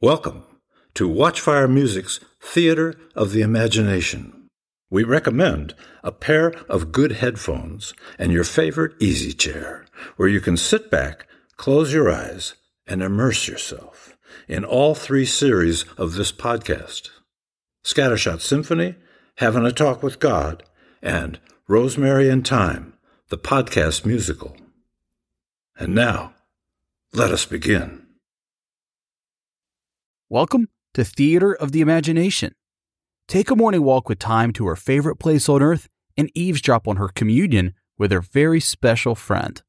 Welcome to Watchfire Music's Theater of the Imagination. We recommend a pair of good headphones and your favorite easy chair, where you can sit back, close your eyes, and immerse yourself in all three series of this podcast Scattershot Symphony, Having a Talk with God, and Rosemary and Time, the podcast musical. And now, let us begin. Welcome to Theater of the Imagination. Take a morning walk with time to her favorite place on earth and eavesdrop on her communion with her very special friend.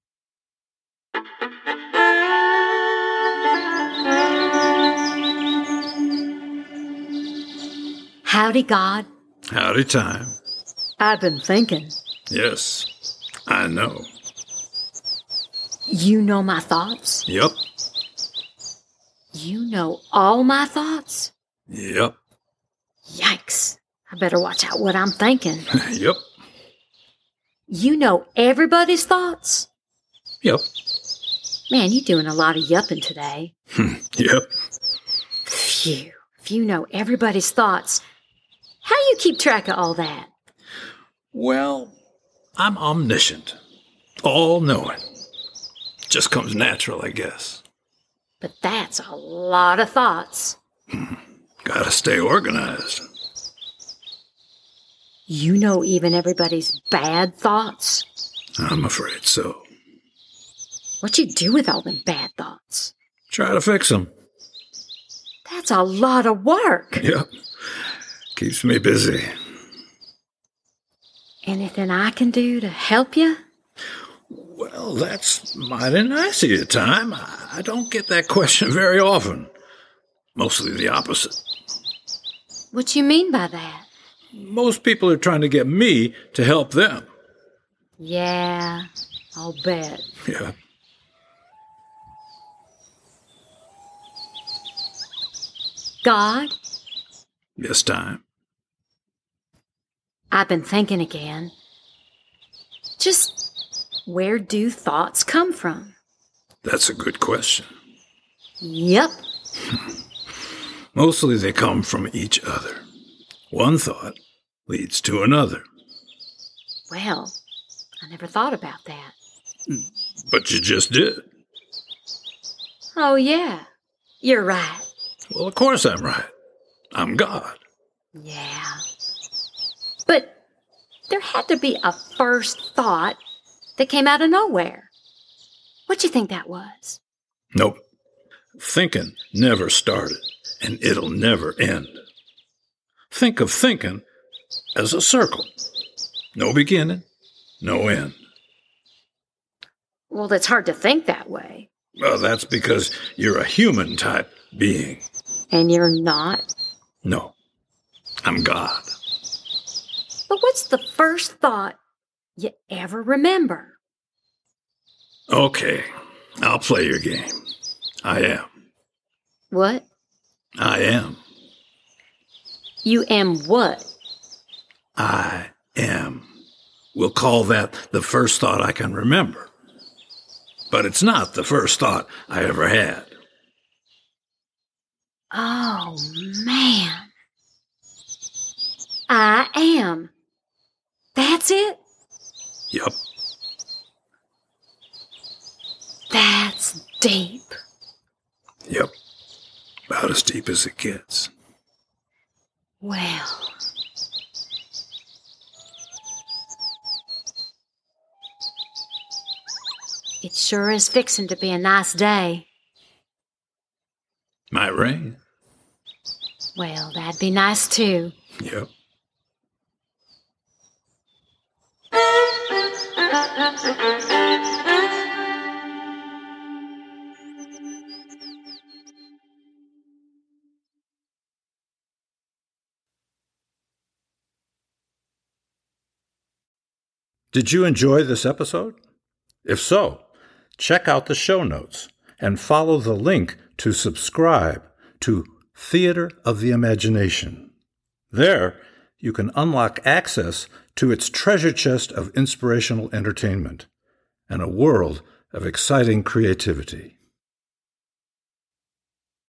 Howdy, God. Howdy, Time. I've been thinking. Yes, I know. You know my thoughts. Yep, You know all my thoughts. yep, Yikes. I better watch out what I'm thinking. yep, You know everybody's thoughts. yep, Man, you doing a lot of yupping today. yep. Phew. If you know everybody's thoughts, how you keep track of all that? Well, I'm omniscient, all knowing. Just comes natural, I guess. But that's a lot of thoughts. Gotta stay organized. You know even everybody's bad thoughts. I'm afraid so. What you do with all them bad thoughts? Try to fix them. That's a lot of work. Yep. Keeps me busy. Anything I can do to help you? Well, that's mighty nice of you, Time. I I don't get that question very often. Mostly the opposite. What you mean by that? Most people are trying to get me to help them. Yeah, I'll bet. Yeah. God, Yes, Time. I've been thinking again. Just where do thoughts come from? That's a good question. Yep, Mostly they come from each other. One thought leads to another. well, I never thought about that. But you just did. Oh, yeah, you're right. Well, of course I'm right. I'm God. Yeah. But there had to be a first thought that came out of nowhere. What do you think that was? Nope. Thinking never started, and it'll never end. Think of thinking as a circle no beginning, no end. Well, it's hard to think that way. Well, that's because you're a human type being. And you're not. No, I'm God. But what's the first thought you ever remember? Okay, I'll play your game. I am. What? I am. You am what? I am. We'll call that the first thought I can remember. But it's not the first thought I ever had. Oh, man. I am. That's it? Yep. That's deep. Yep. About as deep as it gets. Well. It sure is fixing to be a nice day. Might rain. Well, that'd be nice too. Yep. Did you enjoy this episode? If so, check out the show notes and follow the link to subscribe to Theater of the Imagination. There, you can unlock access to its treasure chest of inspirational entertainment and a world of exciting creativity.